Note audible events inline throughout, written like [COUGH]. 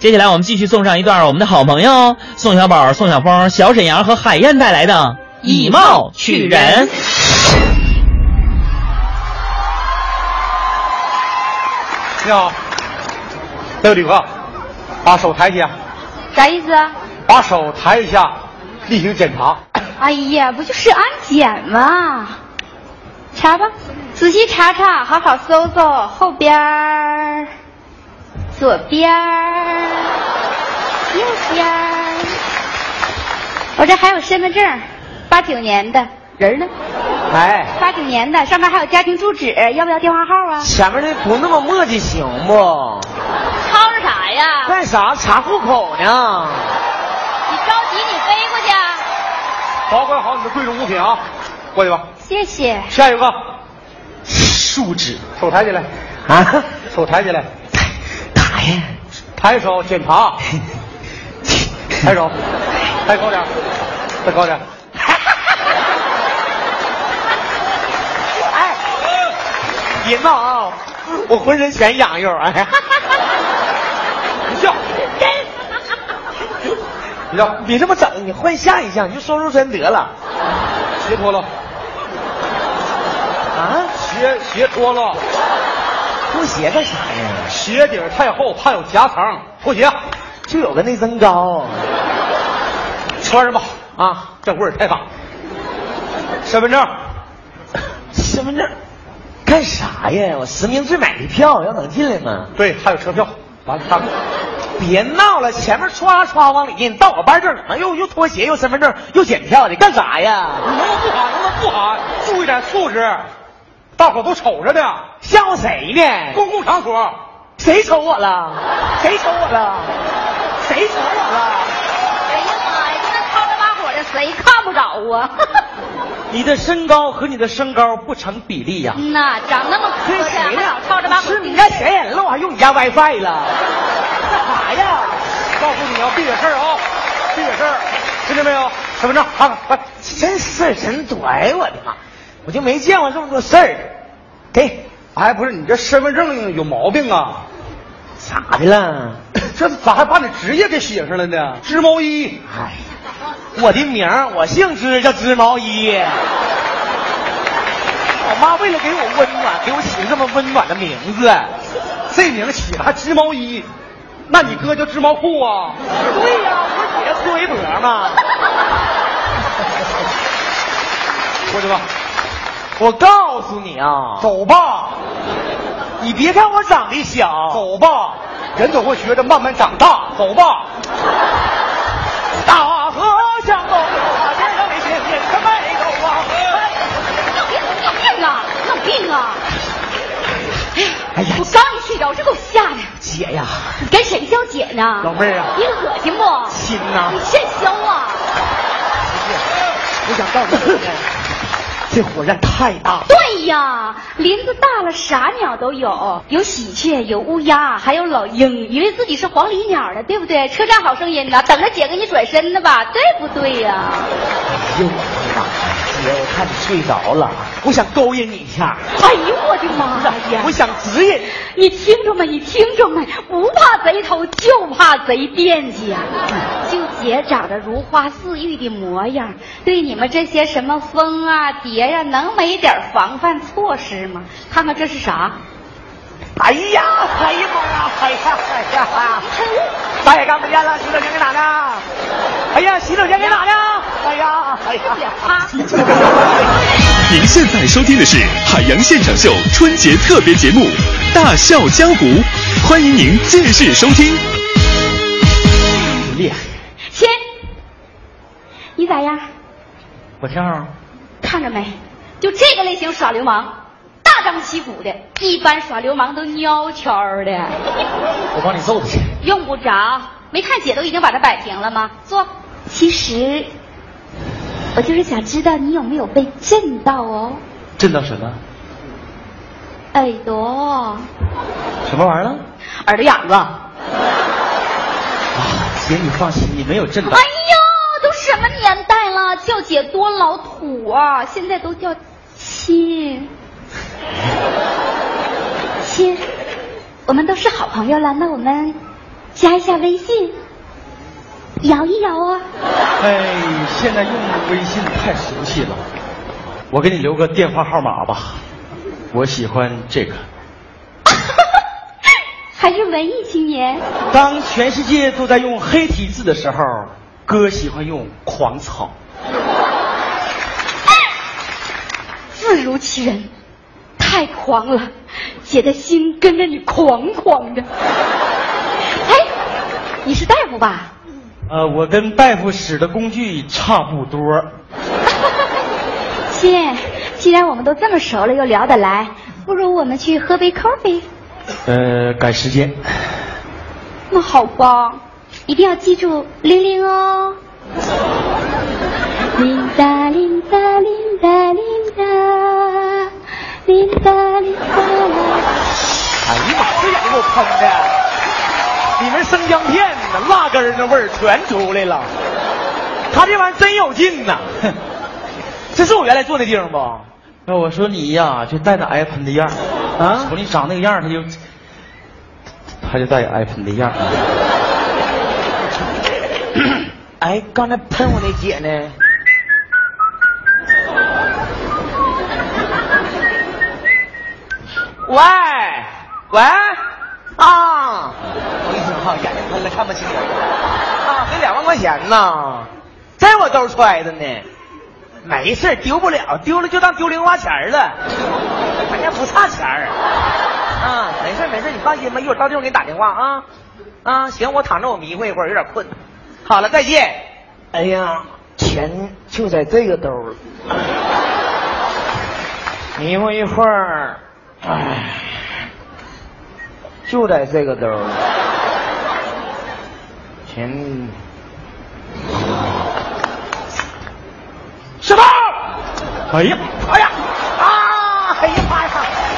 接下来我们继续送上一段我们的好朋友宋小宝、宋晓峰、小沈阳和海燕带来的《以貌取人》。你好，这位旅客，把手抬起，啊啥意思啊？把手抬一下，例行检查。哎呀，不就是安检吗？查吧，仔细查查，好好搜搜，后边儿、左边儿、右边儿。我这还有身份证，八九年的人儿呢？哎，八九年的，上面还有家庭住址，要不要电话号啊？前面那不那么磨叽行啊不？吵吵啥呀？干啥查户口呢？你着急，你飞过去啊！保管好你的贵重物品啊，过去吧。谢谢。下一个，树脂手抬起来，啊？手抬起来，打呀！抬手检查， [LAUGHS] 抬手，抬高点，再高点。 [LAUGHS] 哎，别闹啊！我浑身全痒痒哎。 [LAUGHS] 你 [LAUGHS] 笑，你笑，别这么整，你换下一项，你就收收身得了。鞋脱了，啊？鞋鞋脱了，脱鞋干啥呀？鞋底儿太厚，怕有夹层，脱鞋，就有个内增高穿上吧。啊。这味儿太大。身份证，身份证干啥呀？我实名制买的票，要能进来吗？对，还有车票，完了看看。别闹了，前面歘歘往里进，到我班这儿怎么又又脱鞋又身份证又检票的，干啥呀？能不能不喊？能不能不喊？注意点素质，大伙都瞅着呢。吓唬谁呢？公共场所，谁瞅我了？谁瞅我了？谁瞅我了？ [LAUGHS] 哎呀妈呀，这吵着把火的，谁看不着啊？ [LAUGHS] 你的身高和你的身高不成比例呀、嗯呐，长那么磕这是碜，谁还呀老吵着把火。是你家显眼了，我还用你家 [LAUGHS] WiFi 了？干啥呀？告诉你啊，别惹事儿啊，别惹事儿，听见没有？身份证，看看，快，真事儿真多！哎我的妈，我就没见过这么多事儿的。给哎，不是你这身份证有毛病啊？ [COUGHS] 咋的了？这咋还把你职业给写上了呢？织毛衣，哎呀，我的名儿我姓织，叫织毛衣。我妈为了给我温暖，给我起这么温暖的名字。这名起的还织毛衣，那你哥叫织毛裤啊？对呀、我姐搓围脖嘛。过去吧，我告诉你啊，走吧，你别看我长得小，走吧，人总会学着慢慢长大，走吧。大河向东流啊，天上的星星它没有啊。你有病，你有病啊！你有病啊！哎呀我刚一睡着，这给我吓的。姐呀，你跟谁叫姐呢？老妹儿啊你恶心不？亲呐、你欠削啊！我想告诉你，这火山太大了。对呀，林子大了，啥鸟都有，有喜鹊，有乌鸦，还有老鹰，以为自己是黄鹂鸟呢，对不对？车站好声音呢，等着姐给你转身呢吧，对不对呀、哎呦我的妈呀！姐，我看你睡着了，我想勾引你一下，哎呦我的妈呀！我想指引。你听着没？你听着没？不怕贼偷，就怕贼惦记啊！就姐长得如花似玉的模样，对你们这些什么风啊、蝶呀、能没点防范措施吗？看看这是啥？哎呀，哎呀妈呀，哎呀哎呀！大爷干不见了，洗手间给哪呢？哎呀，洗手间给哪呢？哎呀，哎这呀也！啪！您现在收听的是海洋现场秀春节特别节目《大笑江湖》，欢迎您继续收听。厉害，亲，你咋样？我挺好。看着没？就这个类型耍流氓，大张旗鼓的，一般耍流氓都蔫悄的。我帮你揍他去。用不着，没看姐都已经把它摆平了吗？坐。其实，我就是想知道你有没有被震到哦，震到什么？耳朵，什么玩意儿了？耳朵痒子。啊，姐你放心，你没有震哎呀，都什么年代了，叫姐多老土啊！现在都叫亲，亲，我们都是好朋友了，那我们加一下微信，摇一摇啊。哎，现在用微信太熟悉了，我给你留个电话号码吧，我喜欢这个。 [LAUGHS] 还是文艺青年，当全世界都在用黑体字的时候，哥喜欢用狂草。字如其人，太狂了，姐的心跟着你狂狂的。哎，你是大夫吧？呃，我跟大夫使的工具差不多。亲，既然我们都这么熟了，又聊得来，不如我们去喝杯 coffee。呃，赶时间。那好吧，一定要记住玲玲哦。铃哒铃哒铃哒铃哒，铃哒铃哒啦。哎呀妈，这眼给我喷的，里面生姜片呢，辣根儿那味儿全出来了。他这玩意儿真有劲呐！哼这是我原来做那地方不？那我说你呀，就带那挨喷的样儿啊瞅你长那个样儿，他就他就带挨喷的样儿。哎，刚才喷我那姐呢？喂喂啊！我一听哈，眼睛喷了，看不清人啊，给两万块钱呢，在我兜揣着呢。没事儿丢不了，丢了就当丢零花钱儿了，咱家不差钱儿。啊，没事儿没事儿，你放心吧，一会儿到地方给你打电话啊。啊，行，我躺着我迷糊一会儿，有点困。好了，再见。哎呀，钱就在这个兜了。迷糊一会儿，哎，就在这个兜了。钱，师傅，哎呀，哎呀，啊，哎呀妈呀，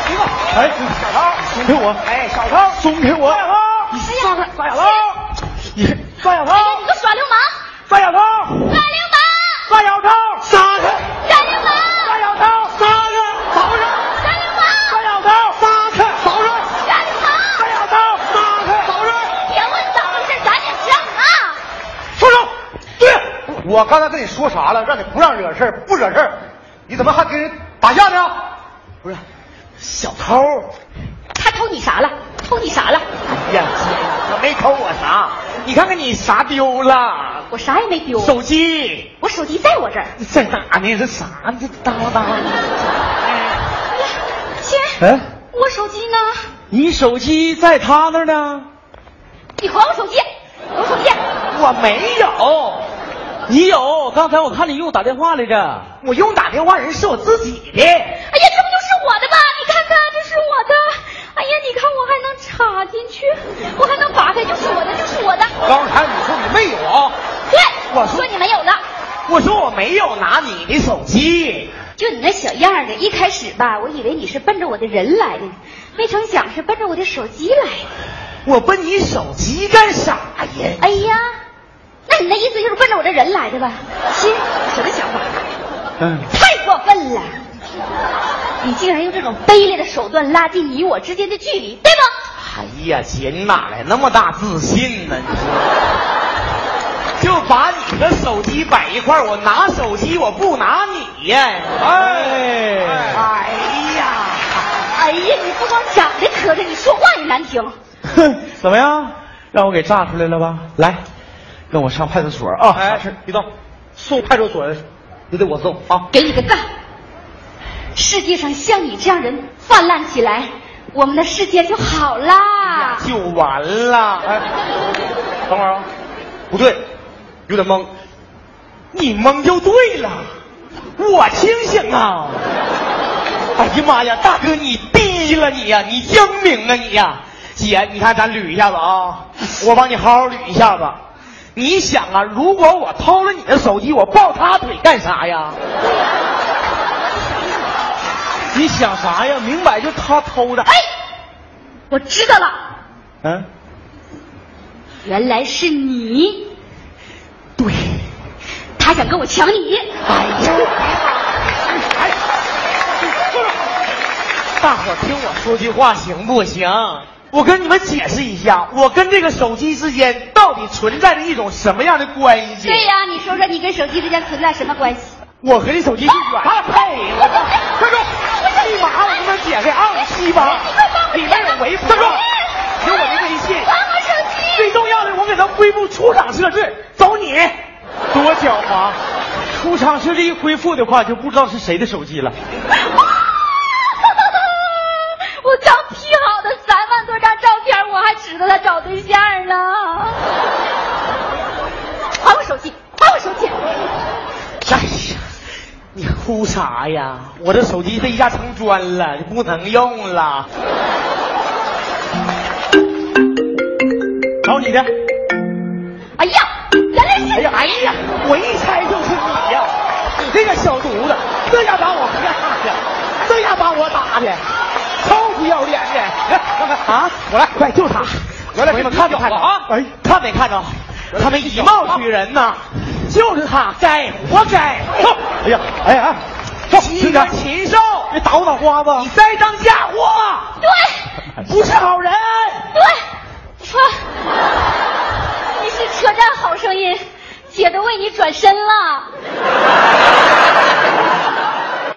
师傅，哎，小偷，松开我，哎，小偷，松开我，哎小偷，抓小偷，你抓小偷，你个耍流氓！抓小偷，耍流氓！抓小偷，杀他！耍流氓！抓小偷，杀他！走上，耍流氓！抓小偷，杀他！走上，耍流抓氓！小偷，杀他，走上。别问咋回事，赶紧上啊！住手！对，我刚才跟你说啥了？让你不让惹事儿不惹事儿你怎么还跟人打架呢？不是，小偷，他偷你啥了？偷你啥了？哎呀，姐，他没偷我啥，你看看你啥丢了？我啥也没丢，手机我手机在我这儿。在哪呢？这啥？这叨叨。哎亲，哎，我手机呢？你手机在他那儿呢，你还我手机！我手机！我没有，你有？刚才我看你给我打电话来着。我用打电话人是我自己的。哎呀，这不就是我的吗？你看看，这是我的。哎呀，你看我还能插进去，我还能拔开，就是我的，就是我的。刚才你说你没有啊？对，我说你没有了，我说我没有拿你的手机，就你那小样儿的，一开始吧，我以为你是奔着我的人来的，没成想是奔着我的手机来的。我奔你手机干啥呀？哎呀，那你那意思就是奔着我这人来的吧？亲，什么想法？嗯，太过分了！你竟然用这种卑劣的手段拉近你我之间的距离，对吗？哎呀，姐，你哪来那么大自信呢？你说，就把你和手机摆一块儿我拿手机，我不拿你呀！哎哎呀，哎呀，你不光长得磕碜，你说话也难听。哼，怎么样？让我给炸出来了吧？来，跟我上派出所啊！啥事儿别动，送派出所，你得我送啊。给你个赞！世界上像你这样人泛滥起来，我们的世界就好啦。就完了。哎，等会儿啊，不对，有点懵。你蒙就对了，我清醒啊！哎呀妈呀，大哥你逼了你呀、你英明啊你呀、姐，你看咱捋一下子啊，我帮你好好捋一下子。你想啊，如果我偷了你的手机，我抱他腿干啥呀？你想啥呀？明摆就他偷的。哎，我知道了，嗯，原来是你，对，他想跟我抢你。哎呀，哎呀，大伙儿听我说句话行不行？我跟你们解释一下，我跟这个手机之间到底存在着一种什么样的关系？对呀、你说说你跟手机之间存在什么关系？我和这手机是远啊配，我操！快说，你妈，我他妈解开啊，我西吧，里面有微博，站住有我的微信，还我手机！最重要的，我给他恢复出厂设置，走你。多狡猾！出厂设置一恢复的话，就不知道是谁的手机了。我刚 P 好的三万多张照片，我还指着他找对象呢。还我手机，还我手机！哎呀，你哭啥呀？我这手机这一下成砖了，就不能用了。找你的，哎呀，原来是哎呀，哎呀，我一猜就是你呀、你这个小犊子，这下把我吓的，这下把我打的，臭不要脸的！啊，我来，快就他！我来，你们看没看着啊哎，看没看着？啊他们以貌取人呐，就是他，该活该！走，哎呀，哎呀，走，你个禽兽！别打我脑瓜你子！栽赃嫁祸，对不是好人。对，说你是车站好声音，姐都为你转身了。